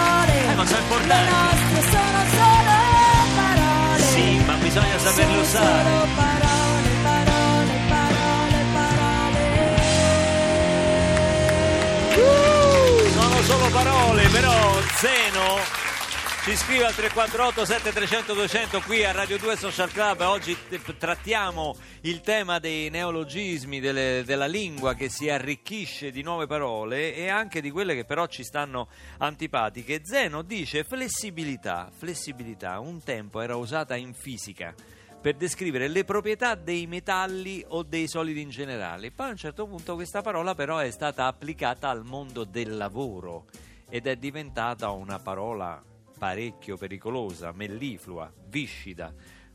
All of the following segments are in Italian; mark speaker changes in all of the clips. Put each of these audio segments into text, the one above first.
Speaker 1: Le
Speaker 2: cosa importante.
Speaker 1: nostre sono solo parole.
Speaker 2: Sì, ma bisogna saperlo
Speaker 1: Sono
Speaker 2: usare.
Speaker 1: Solo parole, parole, parole, parole.
Speaker 2: Sono solo parole, però Zeno ci scrive al 348 7300 200 qui a Radio 2 Social Club. Oggi t- trattiamo il tema dei neologismi, delle- della lingua che si arricchisce di nuove parole e anche di quelle che però ci stanno antipatiche. Zeno dice flessibilità, flessibilità, un tempo era usata in fisica per descrivere le proprietà dei metalli o dei solidi in generale. Poi a un certo punto questa parola però è stata applicata al mondo del lavoro ed è diventata una parola parecchio pericolosa, melliflua, viscida.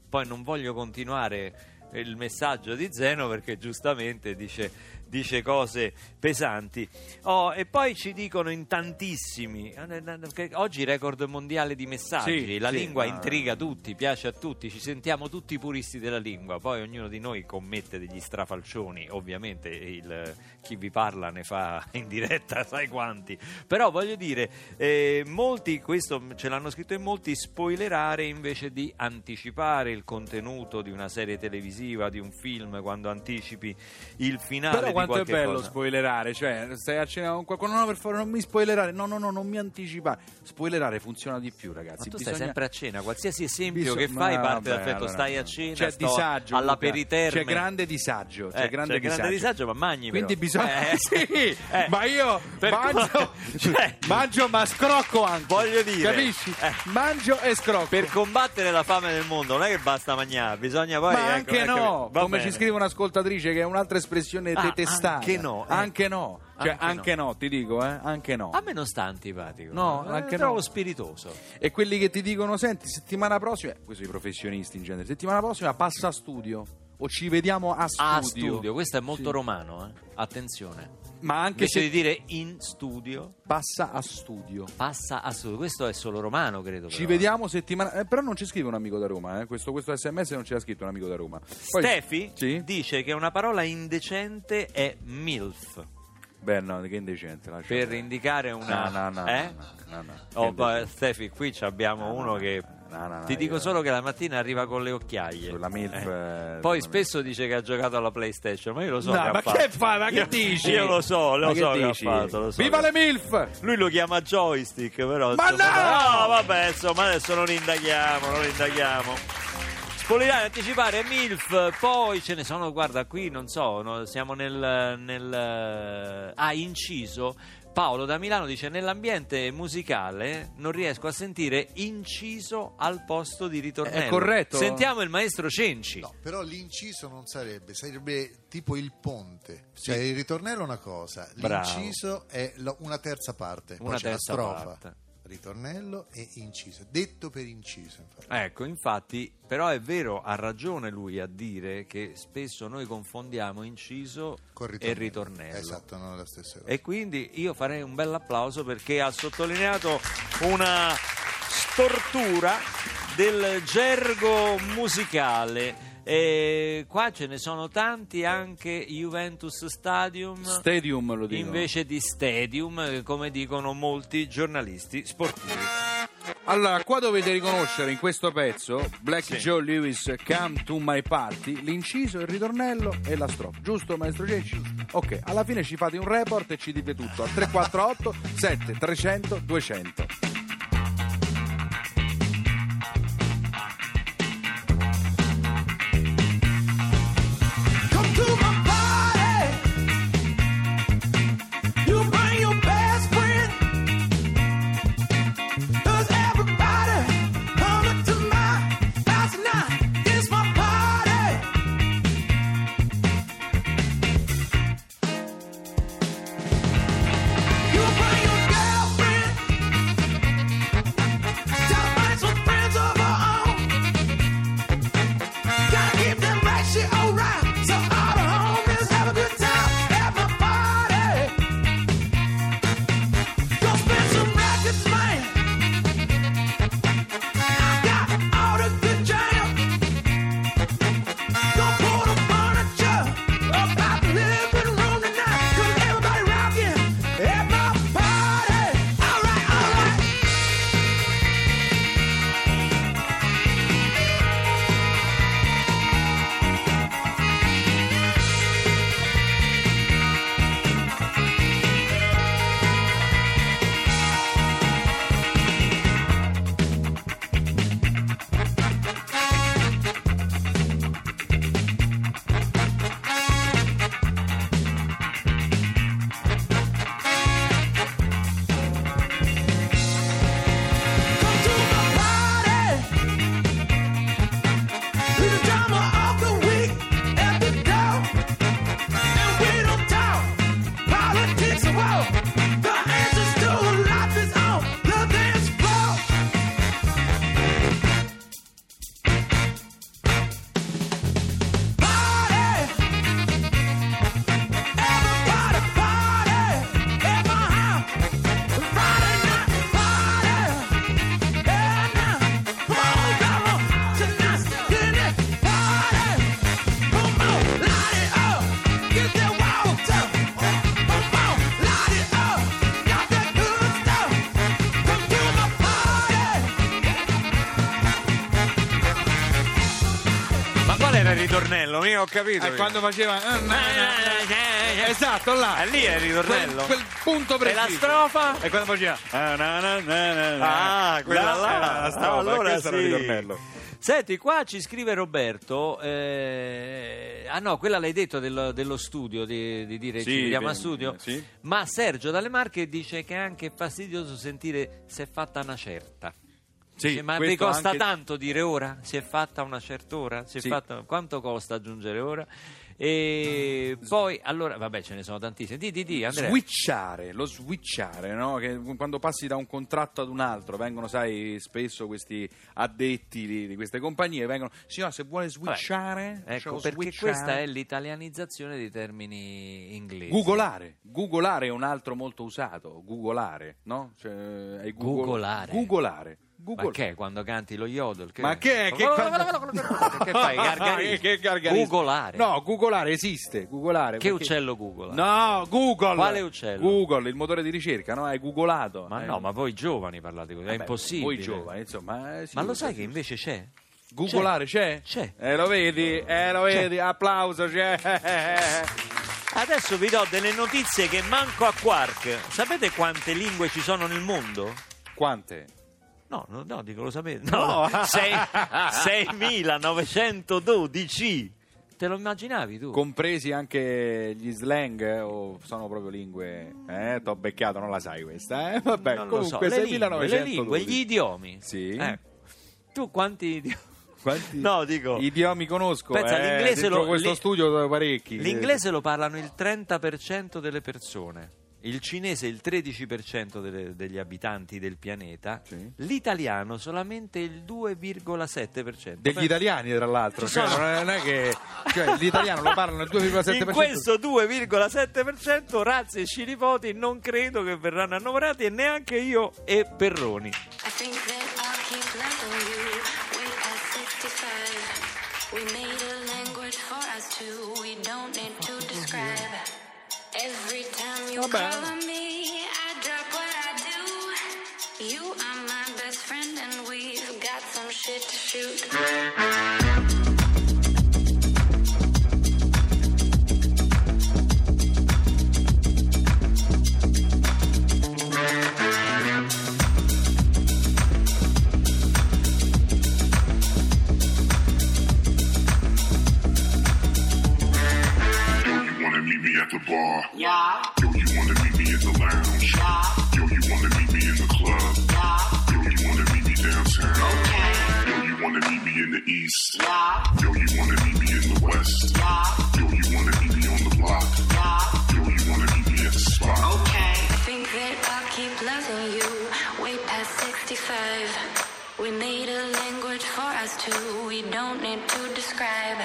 Speaker 2: Poi non voglio continuare il messaggio di Zeno perché giustamente dice, dice cose pesanti. Oh, e poi ci dicono in tantissimi, eh, che oggi record mondiale di messaggi,
Speaker 3: Sì, eh.
Speaker 2: la
Speaker 3: sì,
Speaker 2: lingua
Speaker 3: ma-
Speaker 2: intriga tutti, piace a tutti, ci sentiamo tutti i puristi della lingua, poi ognuno di noi commette degli strafalcioni, ovviamente il- chi vi parla ne fa in diretta, sai quanti, però voglio dire, eh, molti, questo ce l'hanno scritto in molti, spoilerare invece di anticipare il contenuto di una serie televisiva, di un film, quando anticipi il finale.
Speaker 3: Però
Speaker 2: di
Speaker 3: quanto è
Speaker 2: qualche
Speaker 3: bello
Speaker 2: cosa.
Speaker 3: spoilerare, cioè stai a cena con qualcuno, no no, per favore non mi spoilerare, no no no non mi anticipare, spoilerare funziona di più
Speaker 2: Ma
Speaker 3: ragazzi,
Speaker 2: tu stai
Speaker 3: bisogna-
Speaker 2: sempre a cena, qualsiasi esempio
Speaker 3: bisogna-
Speaker 2: che fai
Speaker 3: ma
Speaker 2: parte dal
Speaker 3: vabbè,
Speaker 2: fatto
Speaker 3: allora,
Speaker 2: stai a cena,
Speaker 3: c'è
Speaker 2: sto
Speaker 3: disagio,
Speaker 2: alla
Speaker 3: Luca,
Speaker 2: periterme.
Speaker 3: c'è grande disagio, c'è
Speaker 2: Eh,
Speaker 3: grande
Speaker 2: c'è grande
Speaker 3: disagio.
Speaker 2: disagio, ma magni
Speaker 3: Quindi
Speaker 2: però.
Speaker 3: bisogna
Speaker 2: Eh,
Speaker 3: sì,
Speaker 2: eh,
Speaker 3: ma io
Speaker 2: per
Speaker 3: mangio,
Speaker 2: co- cioè,
Speaker 3: mangio ma scrocco anche.
Speaker 2: Voglio dire,
Speaker 3: Capisci?
Speaker 2: eh.
Speaker 3: Mangio e scrocco.
Speaker 2: per combattere la fame del mondo non è che basta mangiare, bisogna poi
Speaker 3: ma
Speaker 2: ecco,
Speaker 3: anche
Speaker 2: ecco,
Speaker 3: no,
Speaker 2: va
Speaker 3: come
Speaker 2: bene.
Speaker 3: ci scrive un'ascoltatrice che è un'altra espressione
Speaker 2: Ah,
Speaker 3: detestata.
Speaker 2: anche no, eh.
Speaker 3: Anche no. Cioè,
Speaker 2: Anche
Speaker 3: anche,
Speaker 2: no. Ah.
Speaker 3: no. ti dico, eh, anche no.
Speaker 2: A me non sta antipatico.
Speaker 3: No,
Speaker 2: Eh,
Speaker 3: anche
Speaker 2: lo trovo
Speaker 3: no.
Speaker 2: spiritoso.
Speaker 3: E quelli che ti dicono, senti, settimana prossima, eh, questo i professionisti in genere, settimana prossima passa a studio. O ci vediamo a studio.
Speaker 2: A studio, questo è molto
Speaker 3: Sì.
Speaker 2: romano, eh. Attenzione.
Speaker 3: Ma anche
Speaker 2: Invece
Speaker 3: se
Speaker 2: di dire in studio,
Speaker 3: passa a studio.
Speaker 2: passa a studio. Questo è solo romano, credo.
Speaker 3: Ci
Speaker 2: però.
Speaker 3: vediamo settimana. eh, però non ci scrive un amico da Roma, eh. questo, questo sms non ce l'ha scritto un amico da Roma. Poi-
Speaker 2: Stefi
Speaker 3: Sì?
Speaker 2: dice che una parola indecente è MILF
Speaker 3: Beh, no, che indecente. lascia
Speaker 2: per
Speaker 3: perdere.
Speaker 2: indicare una.
Speaker 3: No, no, no.
Speaker 2: eh?
Speaker 3: no, no, no, no.
Speaker 2: Oh,
Speaker 3: Che
Speaker 2: beh,
Speaker 3: indecente.
Speaker 2: Stefi, qui ci abbiamo
Speaker 3: No,
Speaker 2: uno
Speaker 3: no,
Speaker 2: che.
Speaker 3: no, no, no,
Speaker 2: Ti
Speaker 3: io-
Speaker 2: dico solo che la mattina arriva con le occhiaie.
Speaker 3: Sulla MILF,
Speaker 2: Eh.
Speaker 3: eh, sulla
Speaker 2: Poi
Speaker 3: MILF.
Speaker 2: spesso dice che ha giocato alla PlayStation, ma io lo so.
Speaker 3: No,
Speaker 2: che ha
Speaker 3: ma
Speaker 2: fatto.
Speaker 3: che fai? Ma che
Speaker 2: Io-
Speaker 3: dici?
Speaker 2: Io lo so, lo
Speaker 3: Ma
Speaker 2: so che, ha
Speaker 3: dici?
Speaker 2: fatto. lo so
Speaker 3: Viva
Speaker 2: che-
Speaker 3: le MILF!
Speaker 2: Lui lo chiama joystick, però.
Speaker 3: Ma no!
Speaker 2: vabbè, insomma, adesso non indaghiamo, non indaghiamo. Spoilerare, anticipare, MILF, poi ce ne sono, guarda, qui non so, no, siamo nel, nel... Ah, inciso. Paolo da Milano dice, nell'ambiente musicale non riesco a sentire inciso al posto di ritornello.
Speaker 3: È corretto?
Speaker 2: Sentiamo il maestro Cenci.
Speaker 4: No, però l'inciso non sarebbe, sarebbe tipo il ponte. Cioè il ritornello è una cosa,
Speaker 2: Bravo.
Speaker 4: l'inciso è la- una terza parte, poi
Speaker 2: Una
Speaker 4: c'è la
Speaker 2: terza
Speaker 4: strofa,
Speaker 2: parte.
Speaker 4: ritornello e inciso, detto per inciso infatti.
Speaker 2: Ecco, infatti, però è vero, ha ragione lui a dire che spesso noi confondiamo inciso
Speaker 4: Col
Speaker 2: e
Speaker 4: ritornello.
Speaker 2: ritornello.
Speaker 4: Esatto, non è la stessa cosa.
Speaker 2: E quindi io farei un bel applauso perché ha sottolineato una stortura del gergo musicale. E qua ce ne sono tanti, anche Juventus Stadium.
Speaker 3: Stadium lo dico.
Speaker 2: Invece di stadium, eh, come dicono molti giornalisti sportivi.
Speaker 3: Allora, qua dovete riconoscere in questo pezzo Black
Speaker 2: Sì.
Speaker 3: Joe Lewis Come to My Party, l'inciso, il ritornello e la strofa. Giusto, maestro Cecci? Ok, alla fine ci fate un report e ci dite tutto. al 348 7 300 200.
Speaker 5: Come to my party. You bring your best friend. 'Cause everybody coming to my house tonight. It's my party. You bring your girlfriend.
Speaker 2: ritornello mio, ho capito.
Speaker 3: Eh,
Speaker 2: io.
Speaker 3: quando faceva
Speaker 2: Ecco, Eh,
Speaker 3: esatto là
Speaker 2: lì è il ritornello.
Speaker 3: quel, quel punto
Speaker 2: e la
Speaker 3: preciso
Speaker 2: strofa?
Speaker 3: e quando faceva
Speaker 2: Ah, quella là. Ah,
Speaker 3: era la strofa,
Speaker 2: allora
Speaker 3: questo era il
Speaker 2: sì.
Speaker 3: ritornello
Speaker 2: Senti, qua ci scrive Roberto. eh, Ah no, quella l'hai detto dello, dello studio, di, di dire
Speaker 6: Sì,
Speaker 2: ci vediamo a
Speaker 6: beh,
Speaker 2: studio.
Speaker 6: sì.
Speaker 2: Ma Sergio dalle Marche dice che è anche fastidioso sentire se è fatta una certa.
Speaker 6: Sì,
Speaker 2: Dice, ma
Speaker 6: questo
Speaker 2: vi costa
Speaker 6: anche-
Speaker 2: tanto dire ora? Si è fatta una certa ora? Si è
Speaker 6: Sì.
Speaker 2: fatta- Quanto costa aggiungere ora? E
Speaker 6: Mm.
Speaker 2: poi, allora, vabbè, ce ne sono tantissime. Di, di, di, Andrea.
Speaker 3: switchare, lo switchare, no? Che quando passi da un contratto ad un altro, vengono, sai, spesso questi addetti di, di queste compagnie, vengono, signora se vuole switchare,
Speaker 2: Ecco,
Speaker 3: cioè,
Speaker 2: perché
Speaker 3: switchare".
Speaker 6: eh.
Speaker 2: questa è l'italianizzazione dei termini inglesi.
Speaker 3: Googolare, googolare è un altro molto usato, googolare, no? Cioè, è Google-
Speaker 2: Googolare.
Speaker 3: Googolare.
Speaker 2: Ma
Speaker 3: Googol-
Speaker 2: che è Oh, quando canti lo yodel?
Speaker 3: Ma che è? Che,
Speaker 2: che fai? Gargarismo?
Speaker 3: Che gargarismo?
Speaker 2: Googolare.
Speaker 3: No, googolare esiste, googolare.
Speaker 2: Che
Speaker 3: perché-
Speaker 2: uccello Google?
Speaker 3: No, Google.
Speaker 2: Quale uccello?
Speaker 3: Google, il motore di ricerca, no? Hai googolato.
Speaker 2: Ma
Speaker 3: Eh,
Speaker 2: no, ma voi giovani parlate così, è
Speaker 3: Beh,
Speaker 2: impossibile.
Speaker 3: Voi giovani, insomma. eh, sì,
Speaker 2: Ma lo sai che invece c'è?
Speaker 3: Googolare c'è?
Speaker 2: C'è.
Speaker 3: Eh, lo vedi? Eh, lo vedi? Applauso, c'è.
Speaker 2: Adesso vi do delle notizie che manco a Quark. Sapete quante lingue ci sono nel mondo?
Speaker 3: Quante?
Speaker 2: No, no, no, dico lo sapete. No, no. sei- 6.912. Te lo immaginavi tu?
Speaker 3: Compresi anche gli slang eh, o sono proprio lingue? Eh, t'ho beccato, non la sai questa, eh? Vabbè,
Speaker 2: non lo so.
Speaker 3: comunque
Speaker 2: Le lingue,
Speaker 3: 6912.
Speaker 2: le lingue, gli idiomi.
Speaker 3: Sì.
Speaker 2: Ecco. Tu quanti idiomi?
Speaker 3: Quanti
Speaker 2: No, dico-
Speaker 3: idiomi conosco?
Speaker 2: Pensa,
Speaker 3: eh,
Speaker 2: l'inglese
Speaker 3: dentro
Speaker 2: lo-
Speaker 3: questo
Speaker 2: l'in-
Speaker 3: studio da parecchi. eh,
Speaker 2: L'inglese lo parlano il 30% delle persone, il cinese il 13% delle- degli abitanti del pianeta,
Speaker 3: Sì.
Speaker 2: l'italiano solamente il 2,7%.
Speaker 3: degli
Speaker 2: Beh,
Speaker 3: italiani tra l'altro
Speaker 2: Ci
Speaker 3: cioè,
Speaker 2: sono-
Speaker 3: non è- non è che cioè, l'italiano lo parlano il 2,7%
Speaker 2: In questo 2,7% razze e scilipoti non credo che verranno annoverati e neanche io e Perroni.
Speaker 7: I think that I'll keep loving you. We are 65. We made a language for us two. We don't need to describe. Every time you
Speaker 3: Vabbè.
Speaker 7: call on me, I drop what I do. You are my best friend, and we've got some shit to shoot.
Speaker 8: Yo, you wanna meet me at the bar? Yeah. Yo, you wanna meet me in the lounge? Yeah. Yo, you wanna meet me in the club? Yeah. Yo, you wanna meet me downtown? Okay. Yo, you wanna meet me in the east? Yeah. Yo, you wanna meet me in the west? Yeah. Yo, you wanna meet me on the block? Yeah. Yo, you wanna meet me at the spot?
Speaker 7: Okay. I think that I'll keep loving you way past 65. We made a language for us two, we don't need to describe.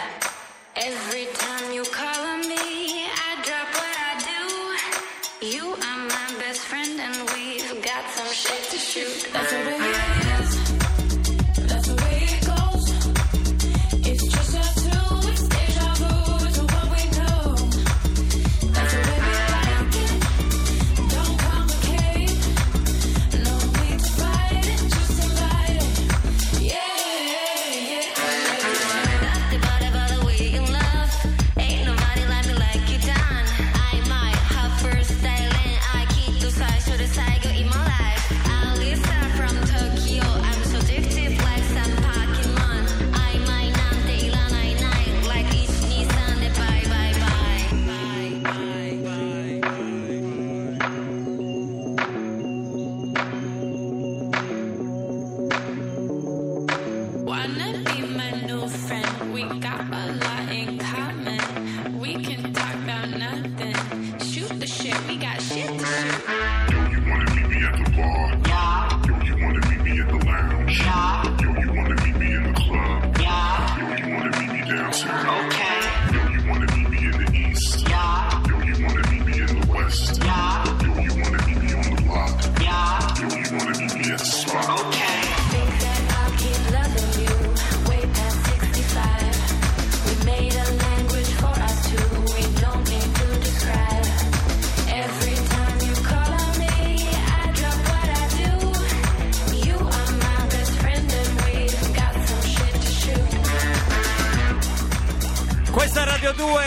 Speaker 7: Every time you call on me, I drop what I do. You are my best friend, and we've got some shit to shoot.
Speaker 1: That's the way it is. That's the way it goes. It's just us two. It's deja vu to what we know. That's the way we like it. Don't complicate. No need to fight it. Just invite it. Yeah, yeah.
Speaker 7: Nothing but about the way you love. Ain't nobody like me like you done. I might have first style and I keep the size to the side, you in my life. I listen from top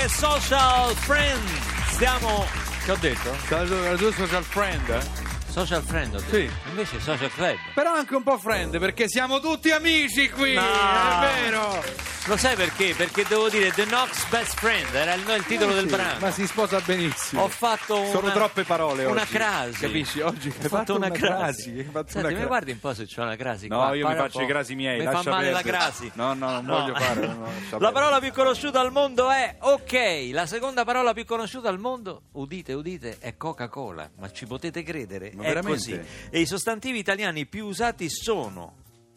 Speaker 2: social friend. Stiamo. Che ho detto?
Speaker 3: Tra le Cioè, due social friend. eh?
Speaker 2: Social friend ho detto.
Speaker 3: Sì.
Speaker 2: Invece social club.
Speaker 3: Però anche un po' friend, perché siamo tutti amici qui,
Speaker 2: No.
Speaker 3: è vero.
Speaker 2: Lo sai perché? Perché devo dire The Knox Best Friend, era il, no, il titolo del
Speaker 3: Eh, Sì,
Speaker 2: brano.
Speaker 3: Ma si sposa benissimo.
Speaker 2: Ho fatto una,
Speaker 3: Sono troppe parole
Speaker 2: una
Speaker 3: oggi.
Speaker 2: crasi.
Speaker 3: Capisci? Oggi
Speaker 2: Ho fatto una crasi.
Speaker 3: Hai fatto
Speaker 2: Senti,
Speaker 3: una
Speaker 2: mi
Speaker 3: crasi.
Speaker 2: guardi un po' se c'ho una crasi
Speaker 3: No,
Speaker 2: qua,
Speaker 3: io mi
Speaker 2: parla un
Speaker 3: faccio
Speaker 2: po'.
Speaker 3: i crasi miei.
Speaker 2: Mi fa
Speaker 3: lascia
Speaker 2: male la
Speaker 3: perdere.
Speaker 2: crasi.
Speaker 3: No, no, non
Speaker 2: No.
Speaker 3: voglio fare. no, no, lascia
Speaker 2: La parola
Speaker 3: perdere.
Speaker 2: più conosciuta al mondo è ok. La seconda parola più conosciuta al mondo, udite, udite, è Coca-Cola. Ma ci potete credere?
Speaker 3: Ma
Speaker 2: è
Speaker 3: veramente?
Speaker 2: così. E i sostantivi italiani più usati sono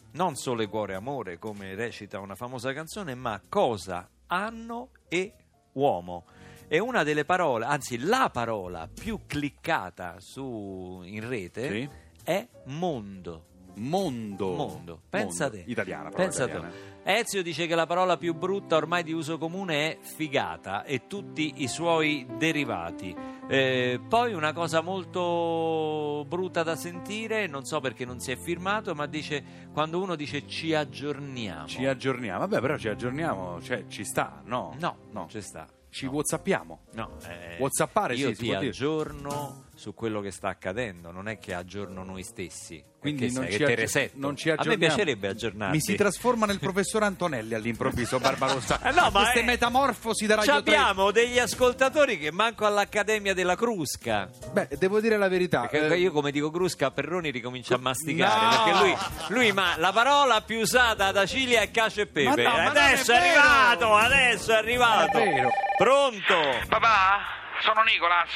Speaker 2: non sole, cuore, amore, come recita una famosa canzone, ma cosa, anno e uomo. E una delle parole, anzi la parola più cliccata su, in rete
Speaker 3: Sì.
Speaker 2: è mondo.
Speaker 3: Mondo.
Speaker 2: Mondo. Pensa
Speaker 3: Mondo.
Speaker 2: a te.
Speaker 3: Italiana, parola
Speaker 2: Pensa a te.
Speaker 3: italiana.
Speaker 2: Ezio dice che la parola più brutta ormai di uso comune è figata e tutti i suoi derivati. Eh, poi una cosa molto brutta da sentire, non so perché non si è firmato, ma dice quando uno dice ci aggiorniamo.
Speaker 3: Ci aggiorniamo. Vabbè, però ci aggiorniamo, cioè ci sta, no?
Speaker 2: no, no, ci sta.
Speaker 3: Ci
Speaker 2: No.
Speaker 3: whatsappiamo.
Speaker 2: No, eh,
Speaker 3: Whatsappare,
Speaker 2: io
Speaker 3: sì, si
Speaker 2: ti
Speaker 3: può dire.
Speaker 2: aggiorno su quello che sta accadendo, non è che aggiorno noi stessi.
Speaker 3: Quindi
Speaker 2: perché
Speaker 3: non,
Speaker 2: sai
Speaker 3: ci
Speaker 2: che te
Speaker 3: aggi-
Speaker 2: resetto.
Speaker 3: non ci
Speaker 2: A me
Speaker 3: aggiorniamo.
Speaker 2: piacerebbe aggiornarti.
Speaker 3: Mi si trasforma nel professor Antonelli all'improvviso, Barbarossa.
Speaker 2: Eh no, ma
Speaker 3: Queste
Speaker 2: è-
Speaker 3: metamorfosi da
Speaker 2: Ci
Speaker 3: Radio 3.
Speaker 2: abbiamo degli ascoltatori che manco all'Accademia della Crusca.
Speaker 3: Beh, devo dire la verità.
Speaker 2: Perché
Speaker 3: eh,
Speaker 2: io come dico Crusca, Perroni ricomincia a masticare.
Speaker 3: No!
Speaker 2: Perché lui, lui, ma la parola più usata da Cilia è cacio e pepe.
Speaker 3: Ma no, ma non
Speaker 2: adesso
Speaker 3: è
Speaker 2: è,
Speaker 3: vero!
Speaker 2: arrivato, adesso è arrivato.
Speaker 3: Non è vero.
Speaker 2: Pronto?
Speaker 6: Papà, sono Nicolas.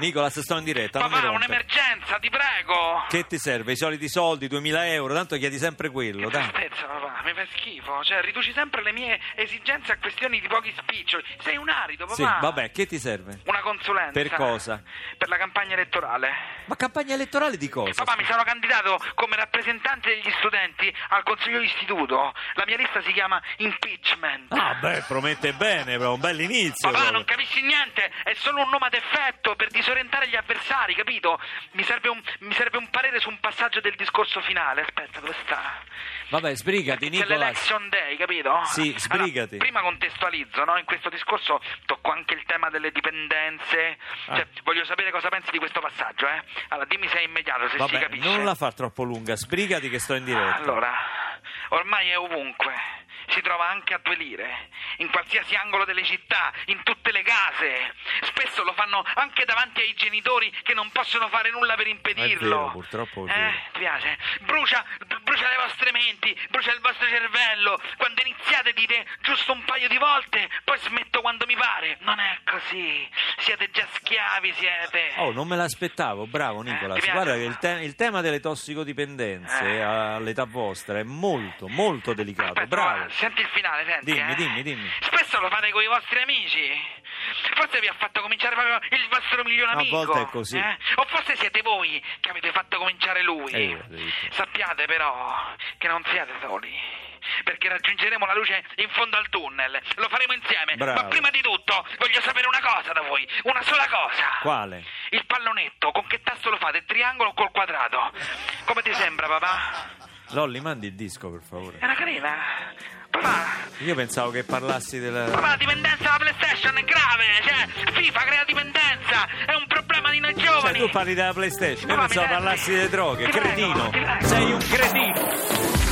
Speaker 2: Nicolas, sto in diretta. non mi
Speaker 6: Papà,
Speaker 2: rompere.
Speaker 6: un'emergenza, ti prego.
Speaker 2: Che ti serve? I soliti soldi, 2000 euro, tanto chiedi sempre quello, dai.
Speaker 6: Tristezza, papà, mi fai schifo. Cioè, riduci sempre le mie esigenze a questioni di pochi spiccioli. Sei un arido, papà.
Speaker 2: Sì, vabbè, che ti serve?
Speaker 6: Una consulenza.
Speaker 2: Per cosa?
Speaker 6: Per la campagna elettorale.
Speaker 2: Ma campagna elettorale di cosa?
Speaker 6: Papà, mi sono candidato come rappresentante degli studenti al consiglio istituto. La mia lista si chiama impeachment.
Speaker 2: Ah, beh, promette bene, però, un bel inizio. proprio.
Speaker 6: Papà, non capisci niente, è solo un nome ad effetto per disorientare gli avversari, capito? Mi serve un, mi serve un parere su un passaggio del discorso finale. Aspetta, dove sta?
Speaker 2: Vabbè, sbrigati,
Speaker 6: C'è
Speaker 2: Nicolas.
Speaker 6: l'election day, capito?
Speaker 2: Sì, sbrigati.
Speaker 6: Allora, prima contestualizzo, no? In questo discorso tocco anche il tema delle dipendenze.
Speaker 2: Ah.
Speaker 6: Cioè, voglio sapere cosa pensi di questo passaggio, eh? Allora, dimmi se è immediato, se si
Speaker 2: Vabbè,
Speaker 6: capisce.
Speaker 2: non la far troppo lunga, sbrigati che sto in diretta.
Speaker 6: Allora, ormai è ovunque. Si trova anche a due lire, in qualsiasi angolo delle città, in tutte le case. Spesso lo fanno anche davanti ai genitori che non possono fare nulla per impedirlo.
Speaker 2: vero, purtroppo è vero.
Speaker 6: Eh, ti piace? Brucia, brucia le vostre menti, brucia il vostro cervello. Quando iniziate dite giusto un paio di volte, poi smetto quando mi pare. Non è così. Siete già schiavi, siete.
Speaker 2: Oh, non me l'aspettavo, bravo Nicolas.
Speaker 6: eh. ti piace?
Speaker 2: Guarda che il, te- il tema delle tossicodipendenze
Speaker 6: Eh.
Speaker 2: all'età vostra è molto, molto delicato.
Speaker 6: Aspetta, eh,
Speaker 2: Bravo.
Speaker 6: guarda, Senti il finale, senti.
Speaker 2: Dimmi,
Speaker 6: eh.
Speaker 2: dimmi, dimmi.
Speaker 6: Spesso lo fate con i vostri amici. Forse vi ha fatto cominciare proprio il vostro miglior
Speaker 2: A
Speaker 6: amico.
Speaker 2: volte è così.
Speaker 6: eh? O forse siete voi che avete fatto cominciare lui.
Speaker 2: Eh, io, dico.
Speaker 6: Sappiate però che non siete soli. Perché raggiungeremo la luce in fondo al tunnel. Lo faremo insieme.
Speaker 2: Bravo.
Speaker 6: Ma prima di tutto voglio sapere una cosa da voi. Una sola cosa.
Speaker 2: Quale?
Speaker 6: Il pallonetto, con che tasto lo fate? Il triangolo o col quadrato? Come ti sembra, papà?
Speaker 2: Lolli, mandi il disco, per favore.
Speaker 6: Era carina. Papà,
Speaker 2: Io pensavo che parlassi della...
Speaker 6: Papà, la dipendenza dalla PlayStation è grave, cioè FIFA crea dipendenza, è un problema di noi
Speaker 2: Cioè,
Speaker 6: giovani.
Speaker 2: tu parli della PlayStation, io
Speaker 6: Papà, mi
Speaker 2: pensavo
Speaker 6: perdi.
Speaker 2: parlassi delle droghe,
Speaker 6: Ti prego,
Speaker 2: cretino.
Speaker 6: ti prego.
Speaker 2: Sei un cretino.